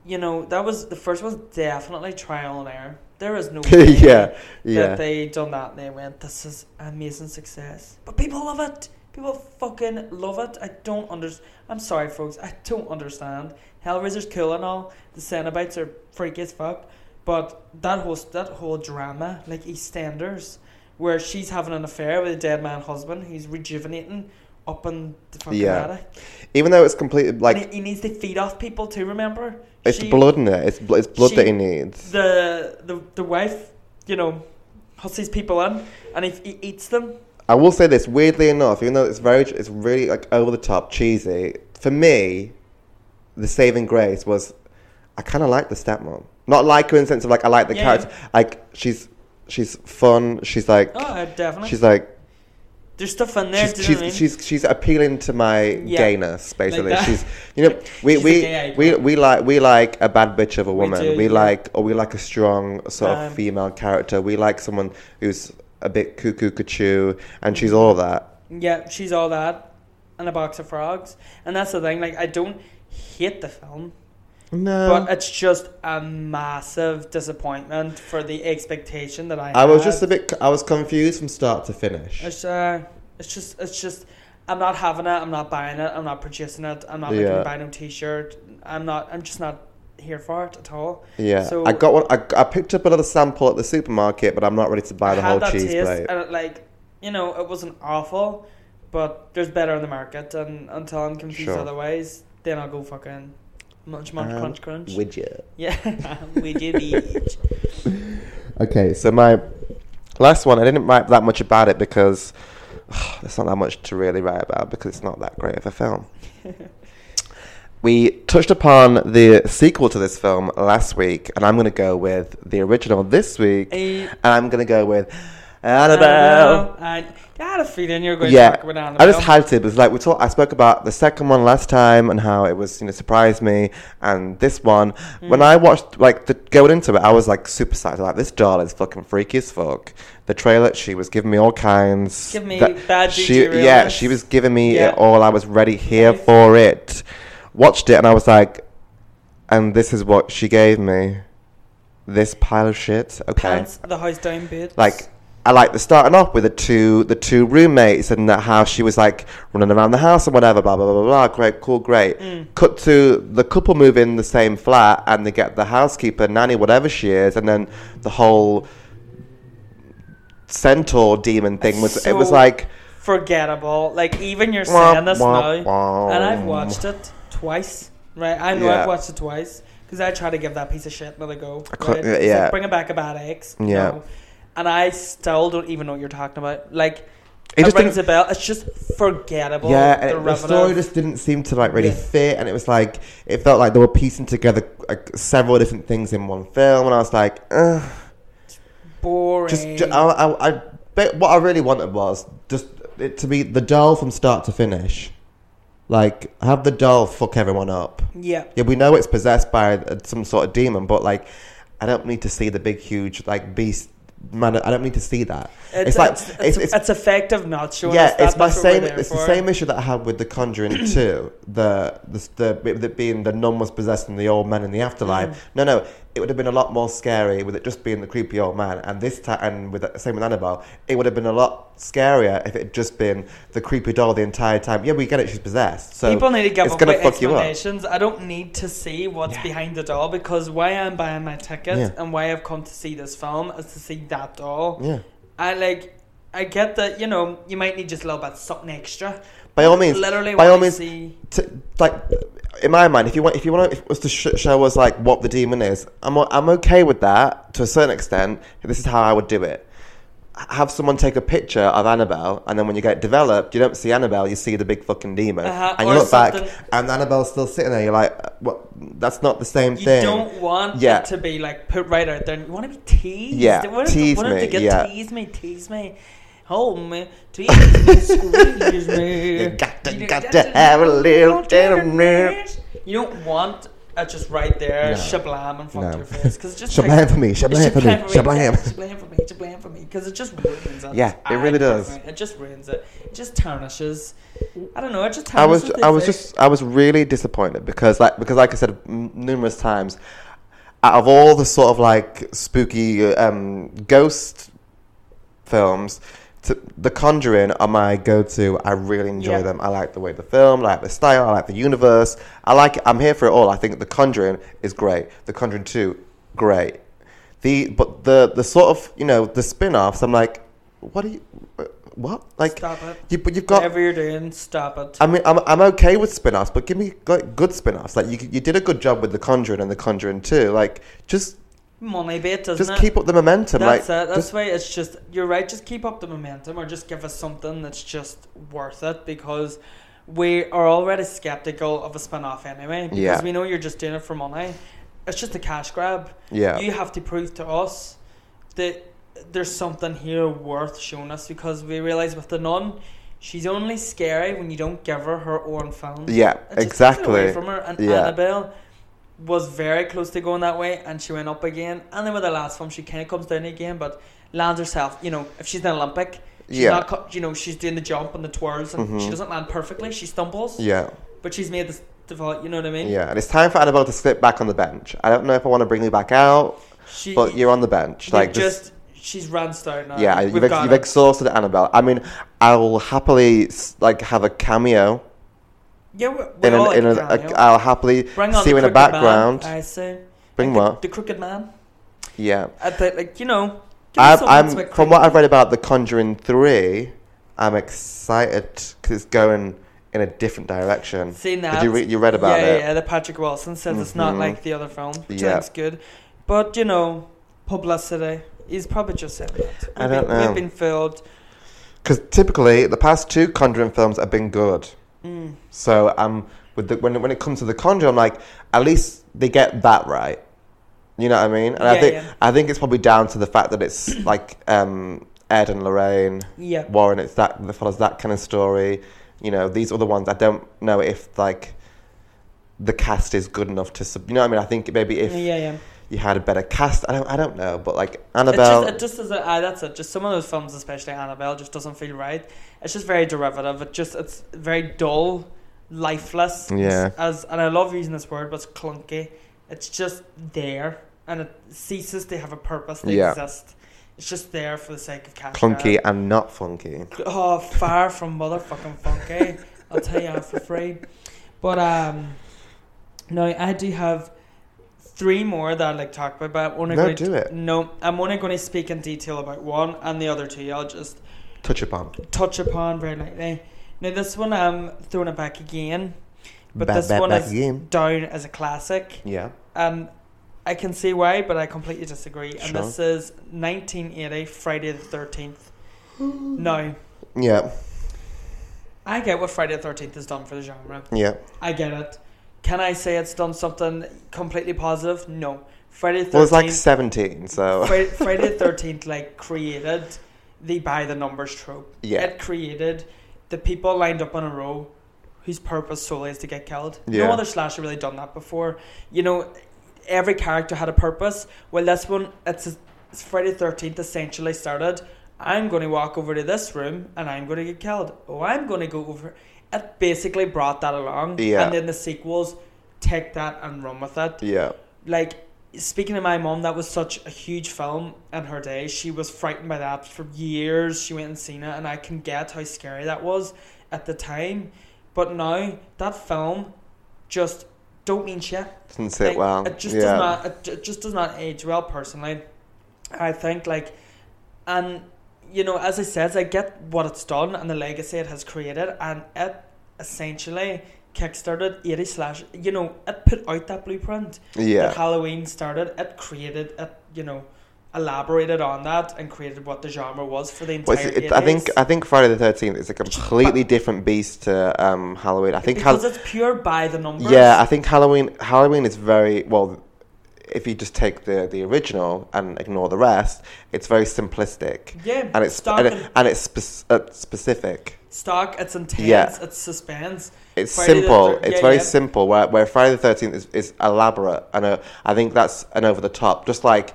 You know that was the first was definitely trial and error. There is no <laughs> way <laughs> yeah, that yeah. they done that and they went, this is amazing success. But people love it. People fucking love it. I don't understand. I'm sorry, folks. I don't understand. Hellraiser's cool and all. The Cenobites are freaky as fuck. But that whole that whole drama, like EastEnders, where she's having an affair with a dead man husband, he's rejuvenating up in the fucking Yeah. attic. Even though it's completely Like like he, he needs to feed off people too. Remember, it's She- blood in it. It's bl- it's blood she- that he needs. the the the wife, you know, hussies people in, and if he eats them, I will say this weirdly enough, even though it's very it's really like over the top cheesy. For me, the saving grace was I kind of like the stepmom. Not like her in the sense of like I like the Yeah, character. Like she's she's fun. She's like oh, I definitely. she's like There's stuff in there. she's do you know she's, what I mean? she's she's appealing to my Yeah. gayness basically. that. she's you <laughs> know we She's a gay we, icon. we we like we like a bad bitch of a woman. We, do, yeah. like or we like a strong sort Um, of female character. We like someone who's a bit cuckoo cuckoo and she's all that. yeah, she's all that, and a box of frogs, and that's the thing. Like, I don't hate the film, No. but it's just a massive disappointment for the expectation that I. I was had. just a bit. I was confused from start to finish. It's uh, it's just, it's just. I'm not having it. I'm not buying it. I'm not purchasing it. I'm not making Yeah. me buy no T-shirt. I'm not. I'm just not here for it at all. Yeah, so- I got one. I, I picked up another sample at the supermarket, but I'm not ready to buy the I had whole that cheese taste, plate. And it, like, you know, it wasn't awful, but there's better on the market. And until I'm confused Sure. otherwise, then I'll go fucking munch, munch, Um, crunch, crunch. Widget. <laughs> yeah, we <laughs> did eat. Okay, so my last one. I didn't write that much about it because <sighs> there's not that much to really write about because it's not that great of a film. we touched upon the sequel to this film last week, and I'm going to go with the original this week, Eh, and I'm going to go with Annabelle. Annabelle. I, I had a feeling you were going Yeah, to talk about Annabelle. I just had to because like we talked, I spoke about the second one last time and how it was you know surprised me, and this one Mm. when I watched like the, going into it, I was like super psyched. Like this doll is fucking freaky as fuck. The trailer, she was giving me all kinds. Give me that- bad She duty yeah, realness. she was giving me Yeah. it all. I was ready here Nice. for it. Watched it and I was like, and this is what she gave me. This pile of shit. Okay Pants, the house down bitch. like I like the starting off with the two the two roommates and that how she was like running around the house and whatever, blah blah blah blah. Great, cool, great. Mm. Cut to the couple move in the same flat and they get the housekeeper, nanny, whatever she is, and then the whole centaur demon thing was it was So- like forgettable. Like even you're Wah, saying this wah, now, wah. and I've watched it twice. Right, I know Yeah. I've watched it twice because I try to give that piece of shit another go. I cou- right? It's like, yeah. bringing back a bad ex. Yeah. no. and I still don't even know what you're talking about. Like It it, just rings a didn't- bell. It's just forgettable. yeah, and it, the derivative. story just didn't seem to like really Yeah. fit, and it was like it felt like they were piecing together like several different things in one film, and I was like, Ugh. boring. Just, uh, ju- I, I, I bet what I really wanted was just it to be the doll from start to finish. Like, have the doll fuck everyone up. yeah, Yeah, we know it's possessed by uh, some sort of demon, but like, I don't need to see the big, huge, like beast. Man, I don't need to see that. It's, like it's, it's, it's, effective not showing. us yeah, that. it's my That's what we're same. there It's the for. same issue that I had with The <clears throat> Conjuring Two. The the the bit that being the nun was possessed and the old man in the afterlife. Mm. No, no, it would have been a lot more scary with it just being the creepy old man. And this time, and with the same with Annabelle, it would have been a lot scarier if it had just been the creepy doll the entire time. Yeah, we get it. She's possessed. So People need to give it's up gonna with fuck you up. explanations. I don't need to see what's Yeah. behind the doll because why I'm buying my ticket Yeah. and why I've come to see this film is to see that doll. yeah. I like. I get that you know you might need just a little bit something extra. By all means, literally. by what all I means, see, to, like in my mind, if you want, if you want to, if it was to sh- show us like what the demon is, I'm o- I'm okay with that to a certain extent. This is how I would do it. H- Have someone take a picture of Annabelle, and then when you get developed, you don't see Annabelle, you see the big fucking demon, Uh-huh, and you or look something- back, and Annabelle's still sitting there. You're like, what? That's not the same you thing. <laughs> don't want Yeah. it to be like put right out there. You want to be teased. Yeah, You want it to- tease want it to me, get yeah. tease me, tease me. home tweezers, squeezers me. <laughs> You got to- got to have a little tenderness. You don't want it just right there, No. shablam and fuck No. your face. Cause it just Shablam takes- for me, it's shablam for me, shablam. Shablam for me, shablam for me. Because it just ruins it. Yeah, it really I does. personally- It just ruins it. It just tarnishes. I don't know, it just I tarnishes. was the I was effect. just I was really disappointed because like because like I said m- numerous times, out of all the sort of like spooky um, ghost films, t The Conjuring are my go-to. I really enjoy Yeah. them. I like the way the film, I like the style, I like the universe. I like I'm here for it all. I think The Conjuring is great. The Conjuring Two, great. The but the the sort of you know the spin-offs. I'm like, what are you? uh, What like? Stop it. You, but you've got Whatever you're doing, stop it. I mean, I'm, I'm okay with spin offs, but give me like, good spin offs. Like, you, you did a good job with The Conjuring and The Conjuring 2. Like, just Money bit, doesn't just it? keep up the momentum. That's like, it. That's just- why it's just you're right. Just keep up the momentum, or just give us something that's just worth it because we are already skeptical of a spin-off anyway. Because Yeah. we know you're just doing it for money. It's just a cash grab. yeah. You have to prove to us that there's something here worth showing us because we realize with the nun, she's only scary when you don't give her her own film. yeah, It just takes it away exactly. from her. And Yeah. Annabelle was very close to going that way, and she went up again. And then with the last film, she kind of comes down again, but lands herself. You know, if she's in Olympic, she's Yeah. not. co- You know, she's doing the jump and the twirls, and she Mhm. doesn't land perfectly. She stumbles, Yeah, but she's made this default. You know what I mean? yeah. And it's time for Annabelle to slip back on the bench. I don't know if I want to bring you back out, She, but you're on the bench. you've Like, just. just, she's ran started now. Yeah, we've you've, ex- got you've it. exhausted Annabelle. I mean, I will happily s- like have a cameo yeah, we're, we're in an, all in an, like a, Daniel. I'll happily Bring on see you in the crooked man, background. I see. Bring Like the- what? The crooked man. Yeah. I think, like you know. give I've, us something that's a I'm bit from what creepy. I've read about The Conjuring Three, I'm excited because it's going in a different direction. seen that. Did you, re- you read about yeah, it? Yeah, that Patrick Wilson says it's not Mhm. like the other film, which Yeah. I think's good. But, you know, publicity. He's probably just said that. We've I don't been, know. We've been filled. Because typically the past two Conjuring films have been good. Mm. So um, with the, when when it comes to The Conjuring, I'm like, at least they get that right. You know what I mean? And I Yeah, think yeah. I think it's probably down to the fact that it's like um, Ed and Lorraine. Yeah. Warren, it's that that follows that kind of story. You know, these other ones, I don't know if like the cast is good enough to. Sub- you know, what I mean, I think maybe if yeah, yeah, yeah. you had a better cast, I don't, I don't know, but like It Annabelle, just, it just is a, ah, that's it. Just some of those films, especially Annabelle, just doesn't feel right. It's just very derivative. It just it's very dull, lifeless. Yeah. As and I love using this word, but it's clunky. It's just there, and it ceases to have a purpose. They Yeah. exist. It's just there for the sake of cash. grab. clunky and not funky. Oh, far from motherfucking funky. I'll tell you that for free. But um, no, I do have three more that I'd like to talk about. But I'm only No, going do it. No, I'm only going to speak in detail about one, and the other two I'll just Touch upon. touch upon very lightly. Now this one I'm throwing it back again, but Ba- this ba- one back is again. down as a classic, Yeah. and I can see why, but I completely disagree. And Sure. this is 1980, Friday the 13th. <gasps> No. Yeah. I get what Friday the Thirteenth has done for the genre. Yeah. I get it. Can I say it's done something completely positive? No. Friday the Well, it's like 17, Thirteenth. <laughs> so. <laughs> Friday the Thirteenth like created the by the numbers trope. Yeah. It created the people lined up on a row whose purpose solely is to get killed. Yeah. No other slasher really done that before. You know, every character had a purpose. Well, this one, it's, it's Friday the 13th essentially started. I'm going to walk over to this room and I'm going to get killed. Oh, I'm going to go over. It basically brought that along. Yeah. And then the sequels take that and run with it Yeah. like speaking to my mom that was such a huge film in her day she was frightened by that for years she went and seen it and i can get how scary that was at the time but now that film just don't mean shit Doesn't sit like, well. It just yeah. does not. It, ju- it just does not age well. Personally, I think like, and you know, as I said, I get what it's done and the legacy it has created, and it essentially kickstarted 80 slash. You know, it put out that blueprint that Yeah. Halloween started. It created it. You know, elaborated on that and created what the genre was for the entire. Well, it's, it, I think 80s. I think Friday the 13th is a completely different beast to um, Halloween. I think Hal- because it's pure by the numbers. Yeah, I think Halloween Halloween is very well. if you just take the, the original and ignore the rest, it's very simplistic. Yeah, and it's stock and, it, and- and it's spec- uh, specific. Stock, it's intense, Yeah. it's suspense. It's Friday the simple. thir- it's yeah, very yeah. simple. Where, where Friday the Thirteenth is, is elaborate, and uh, I think that's an over the top. Just like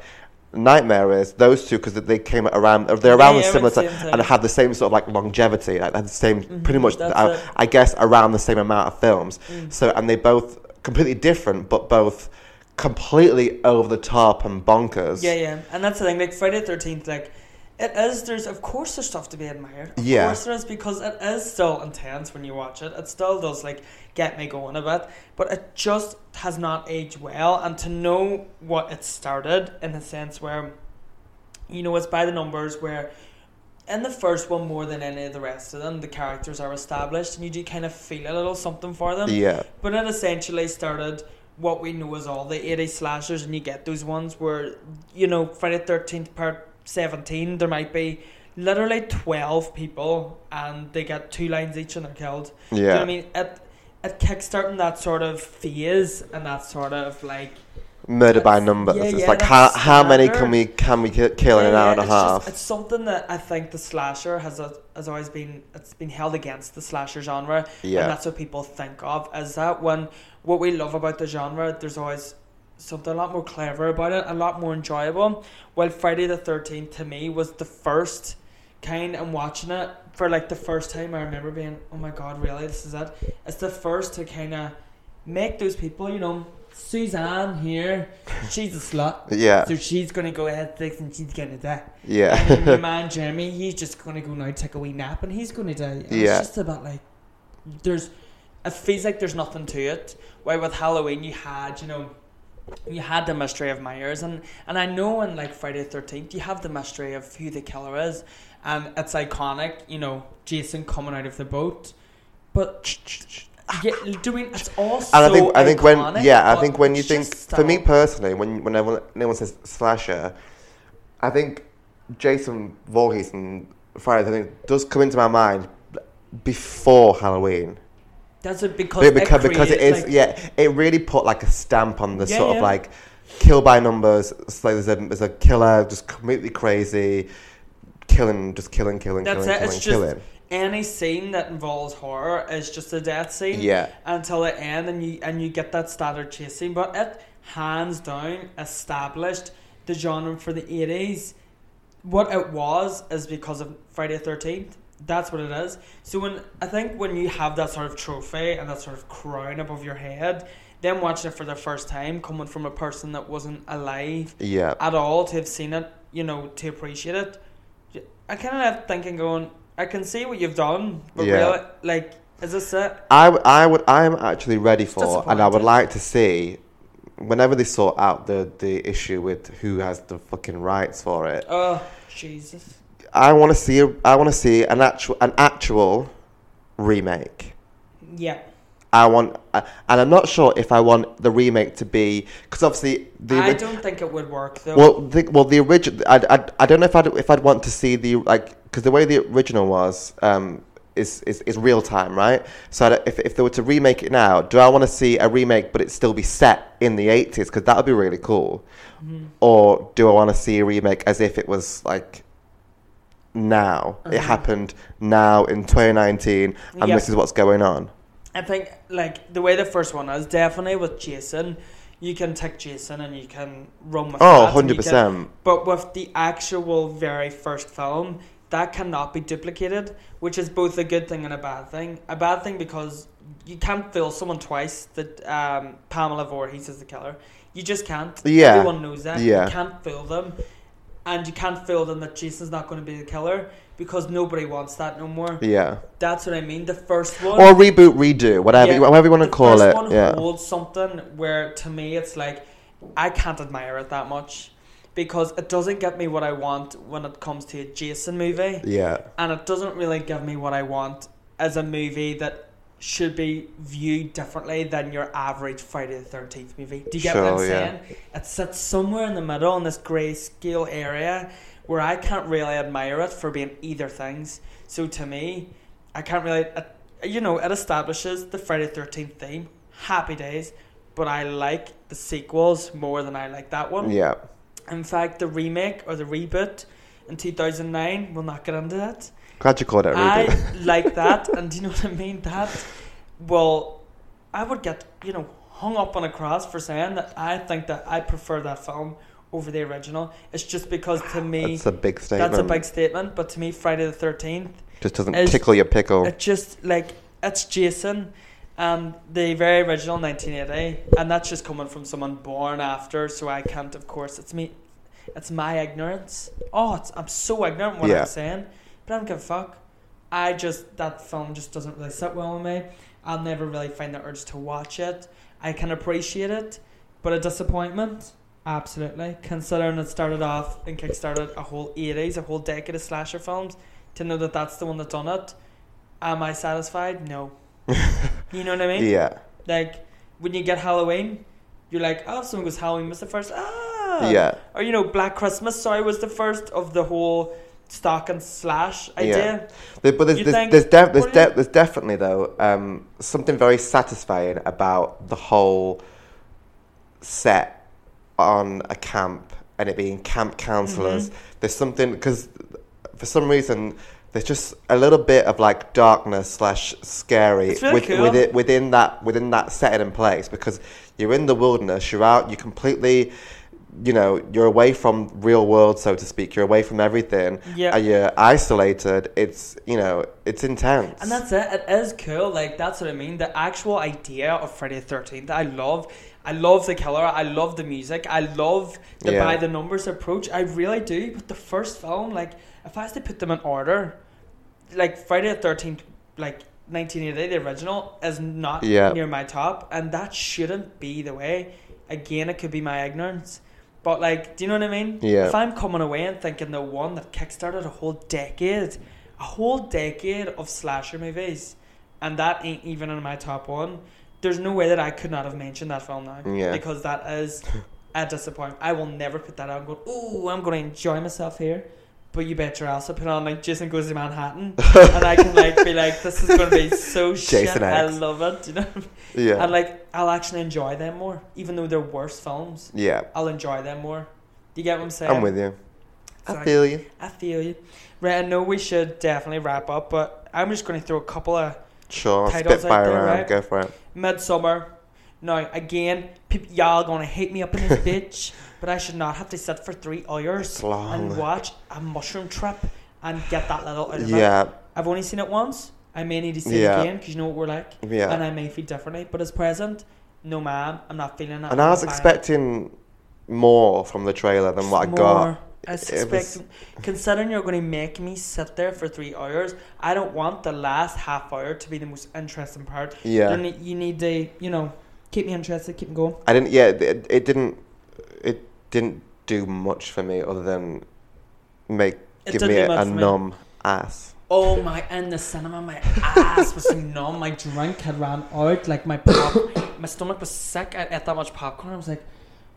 Nightmare is those two because they came around. They're around Yeah, the yeah, similar at the time same and time. have the same sort of like longevity. Like they have the same, pretty much. that's I, it. I guess around the same amount of films. So and they both completely different, but both completely over the top and bonkers. Yeah, yeah, and that's the thing. Like Friday the Thirteenth, like it is. There's of course there's stuff to be admired. Of Yeah. course there is because it is still intense when you watch it. It still does like get me going a bit, but it just has not aged well. And to know what it started in a sense where, you know, it's by the numbers where. In the first one, more than any of the rest of them, the characters are established, and you do kind of feel a little something for them. Yeah. But it essentially started what we know as all the 80 slashers, and you get those ones where, you know, Friday the 13th, part 17, there might be literally 12 people and they get two lines each and they're killed. Do you know Yeah. what I mean? At, at kickstarting that sort of phase and that sort of like. Murder by That's- numbers. yeah, it's yeah, like how, that's how many standard. can we can we ki- kill in an Yeah, hour yeah, and a it's half? Just, it's something that I think the slasher has a, has always been it's been held against the slasher genre, Yeah. and that's what people think of as that one. What we love about the genre, there's always something a lot more clever about it, a lot more enjoyable. Well, Friday the Thirteenth to me was the first kind, and watching it for like the first time, I remember being, oh my god, really, this is it. It's the first to kind of make those people, you know. Suzanne here, she's a slut. <laughs> yeah. So she's gonna go ahead six and she's gonna die. <laughs> And <laughs> then your Yeah. man Jeremy, he's just gonna go now take a wee nap and he's gonna die. And Yeah. It's just about like there's it feels like there's nothing to it. Why with Halloween you had, you know, you had the mystery of Myers and, and I know in like Friday the thirteenth you have the mystery of who the killer is and it's iconic, you know, Jason coming out of the boat. But yeah, doing it's all so and I think I think iconic, when yeah, I but think when you think just for me stop. personally, when when everyone, anyone says slasher, I think Jason Voorhees and Friday the Thirteenth does come into my mind before Halloween that's it because Be- because, because it created, is like, yeah it really put like a stamp on the Yeah, sort of yeah. like kill by numbers it's like there's a, there's a killer just completely crazy killing just killing killing That's killing it. killing It's just killing any scene that involves horror is just a death scene. yeah Until the end, and you and you get that standard chase scene, but it hands down established the genre for the eighties. What it was is because of Friday the Thirteenth. That's what it is. So when I think when you have that sort of trophy and that sort of crown above your head, then watching it for the first time, coming from a person that wasn't alive yeah at all to have seen it, you know, to appreciate it. I kind of left thinking, going, I can see what you've done, but Yeah. really, like, is this it? I, w- I would I'm actually ready for and I would disappointing. like to see whenever they sort out the, the issue with who has the fucking rights for it Oh, Jesus. I want to see a, I want to see an actual an actual remake Yeah. I want I- and I'm not sure if I want the remake to be because obviously the I ori- don't think it would work, though. well the, well the original I, I, I don't know if I'd, if I'd want to see the like because the way the original was um is, is, is real time right so I don't- if, if they were to remake it now do I want to see a remake but it still be set in the 80s because that would be really cool Mm-hmm. or do I want to see a remake as if it was like now it Mhm. happened now in 2019 and Yeah. this is what's going on I think, like, the way the first one is, definitely with Jason, you can take Jason and you can run with oh that and you 100 can- percent But with the actual very first film, that cannot be duplicated, which is both a good thing and a bad thing. A bad thing because you can't fill someone twice that um, Pamela Voorhees is the killer. You just can't. Yeah. Everyone knows that. Yeah. You can't fill them. And you can't fill them that Jason's not going to be the killer because nobody wants that no more. yeah That's what I mean. The first one. or reboot, redo, whatever, Yeah. you whatever you want to The call first it. One Yeah, holds something where to me it's like I can't admire it that much because it doesn't get me what I want when it comes to a Jason movie, yeah, and it doesn't really give me what I want as a movie that should be viewed differently than your average Friday the Thirteenth movie. Do you get what I'm Sure, yeah. saying? It sits somewhere in the middle in this grey scale area where I can't really admire it for being either things. So to me, I can't really, uh, you know, it establishes the Friday Thirteenth theme. Happy days, but I like the sequels more than I like that one. Yeah. In fact, the remake or the reboot in 2009, we'll not get into that. Glad you called it a reboot. I <laughs> like that, and do you know what I mean? That, well, I would get, you know, hung up on a cross for saying that I think that I prefer that film over the original. It's just because to me, That's a big statement. that's a big statement, but to me, Friday the 13th Just doesn't is- tickle your pickle. it just like it's Jason, um, the very original 1980, and that's just coming from someone born after. So I can't, of course, it's me, it's my ignorance. Oh, it's, I'm so ignorant what Yeah. I'm saying, but I don't give a fuck. I just that film just doesn't really sit well with me. I'll never really find the urge to watch it. I can appreciate it, but a disappointment. Absolutely, considering it started off and kickstarted a whole 80s, a whole decade of slasher films, to know that that's the one that done it, Am I satisfied? No. <laughs> you know what I mean? yeah. Like when you get Halloween, you're like, oh, someone goes Halloween was the first. Ah. Yeah. Or you know, Black Christmas. Sorry, was the first of the whole stock and slash idea. There- But there's, You there's, think- there's, def- there's, Well, yeah. de- there's definitely, though, um, something very satisfying about the whole set on a camp and it being camp counselors. Mm-hmm. There's something, because for some reason, there's just a little bit of like darkness slash scary It's really with, cool. with it, within that within that setting and place because you're in the wilderness, you're out, you completely, you know, you're away from real world, so to speak. You're away from everything, Yeah. and you're isolated. It's you know, it's intense. And that's it. It is cool. Like that's what I mean. The actual idea of Friday the Thirteenth, I love. I love the killer. I love the music. I love the Yeah. by the numbers approach. I really do. But the first film, like, if I was to put them in order, like Friday the Thirteenth, like 1980, the original, is not Yeah. near my top, and that shouldn't be the way. Again, it could be my ignorance. But like, do you know what I mean? Yeah. If I'm coming away and thinking the one that kickstarted a whole decade, a whole decade of slasher movies, and that ain't even in my top one, there's no way that I could not have mentioned that film now. <laughs> Yeah. Because that is a disappointment. I will never put that on going, ooh, I'm gonna enjoy myself here. But you bet your ass I put on like Jason Goes to Manhattan and I can like be like, This is gonna be so <laughs> shit. Jason I X. love it, you know? yeah, And like I'll actually enjoy them more. Even though they're worse films, yeah. I'll enjoy them more. Do you get what I'm saying? I'm with you. So I feel you. I feel you. Right, I know we should definitely wrap up, but I'm just going to throw a couple of Sure, Titles out spitfire there, around. right? Go for it. midsummer. Now, again, peop y'all going to hate me up <laughs> in this bitch, but I should not have to sit for three hours It's long. and watch a mushroom trip and get that little out of it. Yeah, I've only seen it once. I may need to see Yeah. it again because you know what we're like, yeah. and I may feel differently. But as present, no, ma'am, I'm not feeling it. And I was I'm not buying it. expecting more from the trailer than what I More. got. I Oh It suspect, was- considering you're going to make me sit there for three hours, I don't want the last half hour to be the most interesting part. You, Yeah, need, you need to, you know, keep me interested, keep me going. I didn't. Yeah, it, it didn't. It didn't do much for me other than make It give didn't me do a, much a for me. numb ass. Oh my! In the cinema, my ass was so numb. My drink had ran out. Like my pop, <coughs> my stomach was sick. I ate that much popcorn. I was like,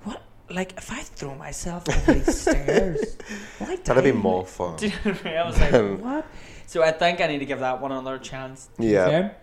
what? Like if I throw myself <laughs> over these stairs, why? That'd be more fun. Do you know what I mean? I <laughs> was like, what? So I think I need to give that one another chance. to be Yeah. fair.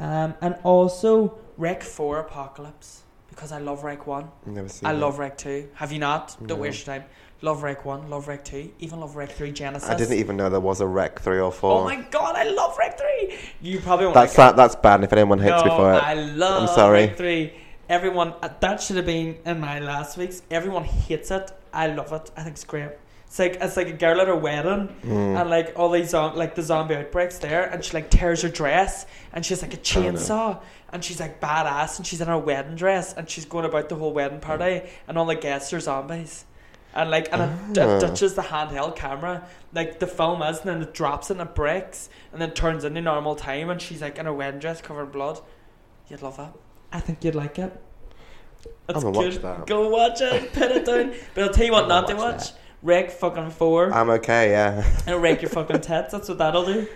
Um, and also Rec 4 Apocalypse because I love Rec 1. Never seen I it. love Rec 2. Have you not? Don't Mm-hmm. No. waste your time. Love Rec 1, love Rec 2, even love Rec 3 Genesis. I didn't even know there was a Rec three or four. Oh my god, I love Rec 3. You probably won't That's like that, that's bad. If anyone it. hates no, me for it, I love sorry. Rec 3. Everyone, uh, that should have been in my last week's. Everyone hates it. I love it. I think it's great. It's like it's like a girl at a wedding Mm. and like all these zom- like the zombie outbreaks there and she like tears her dress and she's like a Oh, no. chainsaw and she's like badass and she's in her wedding dress and she's going about the whole wedding Mm. party and all the guests are zombies and like and it, d- Ah. it touches the handheld camera like the film is and then it drops and it breaks and then turns into normal time and she's like in her wedding dress covered in blood you'd love that I think you'd like it It's gonna watch good. that. Go watch it, put it down. But I'll tell you what I'm gonna not to watch watch. Reg fucking four. I'm okay. <laughs> Yeah, It'll rake your fucking tits. That's what that'll do.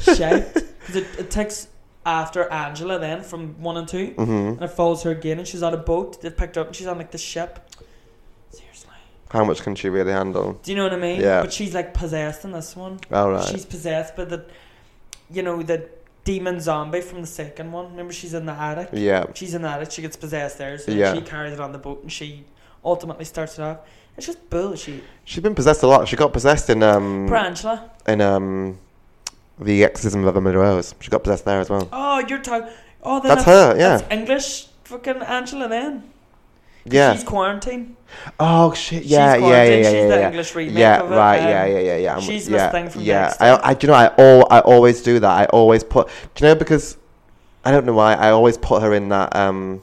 Shite. 'Cause it, it takes after Angela then from one and two, hmm and it follows her again, and she's on a boat. They've picked her up, and she's on like the ship. Seriously, how much can she really handle? do you know what I mean? Yeah. But she's like possessed in this one. All right. She's possessed by the, you know, the demon zombie from the second one. Remember, she's in the attic. Yeah. She's in the attic. She gets possessed there, so Yeah. she carries it on the boat, and she ultimately starts it off. It's just bullshit. She's been possessed a lot. She got possessed in um Prangela. in um the exorcism of Emily Rose. She got possessed there as well. Oh, you're talking. Oh, then That's that's, her, yeah. that's English fucking Angela. Then yeah. she's quarantined. oh shit. She's Yeah. yeah. Yeah. Yeah. quarantined. She's yeah, the yeah. English remake yeah. of it, Right. um, yeah. Yeah. Yeah. Yeah. I'm- she's Miss yeah, Thing from yeah. Dexter. I, I. Do you know? I all. I always do that. I always put. Do you know? Because I don't know why. I always put her in that. Um.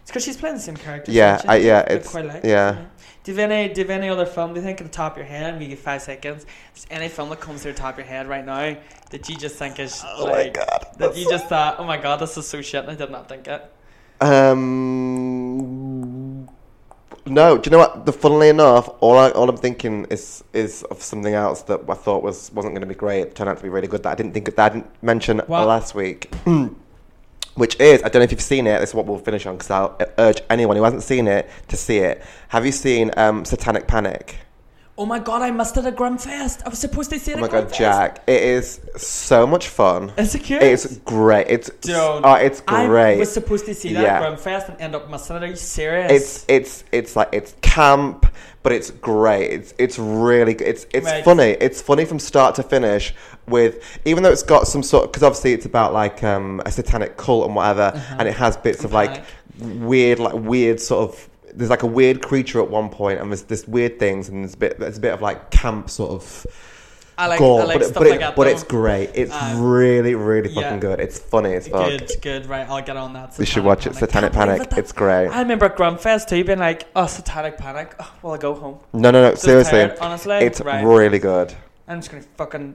It's because she's playing the same character. Yeah, isn't she? I- yeah, I it's- quite like. yeah. Do you have any? Do you have any other film? Do you think at the top of your head? We give five seconds. If there's any film that comes to the top of your head right now that you just think is Oh my like god. that you just thought, oh my god, this is so shit, and I did not think it. Um. No, do you know what? The funnily enough, all I all I'm thinking is is of something else that I thought was wasn't going to be great. It turned out to be really good. That I didn't think that I didn't mention What? last week, <clears throat> which is I don't know if you've seen it. This is what we'll finish on because I'll uh, urge anyone who hasn't seen it to see it. Have you seen um, Satanic Panic? Oh my god, I missed it at Grim Fest. I was supposed to see it. Oh at my Grim god, Fest. Jack! It is so much fun. Is it cute? It's great. It's Don't. oh, it's I great. was supposed to see that Yeah. at Grim Fest and end up missing it. Are you serious? It's it's it's like it's camp, but it's great. It's it's really good. It's it's Right. funny. It's funny from start to finish. With even though it's got some sort, because obviously it's about like um, a satanic cult and whatever, Uh-huh. and it has bits of like Panic. weird, like weird sort of. There's like a weird creature at one point, and there's this weird things, and there's a bit there's a bit of like camp sort of. I like, gore, I like but, it, stuff but, it, like that. but though. it's great. It's Uh, really, really yeah. fucking good. It's funny as fuck. good, good. Right, I'll get on that. You should Satanic watch it. Panic. Satanic Can't believe Panic. it. It's great. I remember at Grum Fest too being like, oh, Satanic Panic. Oh, well, I go home. No, no, no. So Seriously, tired, honestly. it's Right. really good. I'm just going to fucking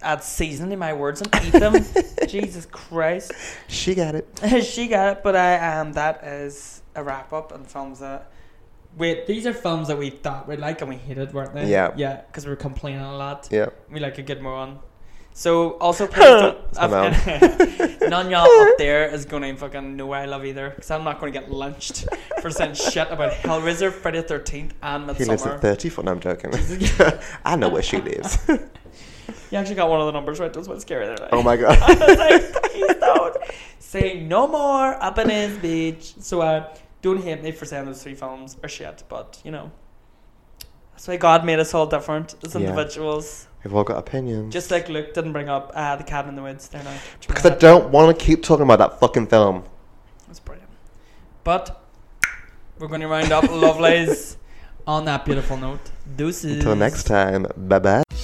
add seasoning to my words and <laughs> eat them. Jesus Christ. <laughs> She got it. she got it, but I um, that is a wrap up on films that. Wait, these are films that we thought we like and we hated, weren't they? Yeah. Yeah, because we were complaining a lot. Yeah. We like a good moron. So also <laughs> please don't, Come on. <laughs> I've- <laughs> none of y'all up there is gonna fucking know I love either because I'm not gonna get lynched for <laughs> saying shit about Hellraiser, Friday Thirteenth, and He lives Midsummer. at 34. No, I'm <laughs> joking. <laughs> I know where she lives. you actually got one of the numbers right. That was what's scary. There, like. <laughs> Oh my god. I was like, please don't say no more up in his bitch. So uh, don't hate me for saying those three films are shit, but you know. That's why God made us all different as Yeah. individuals. We've all got opinions. Just like Luke didn't bring up uh, the cabin in the woods. They're not because I don't want to keep talking about that fucking film. That's brilliant. But we're going to round up lovelies on that beautiful note. Deuces. Until next time. Bye bye.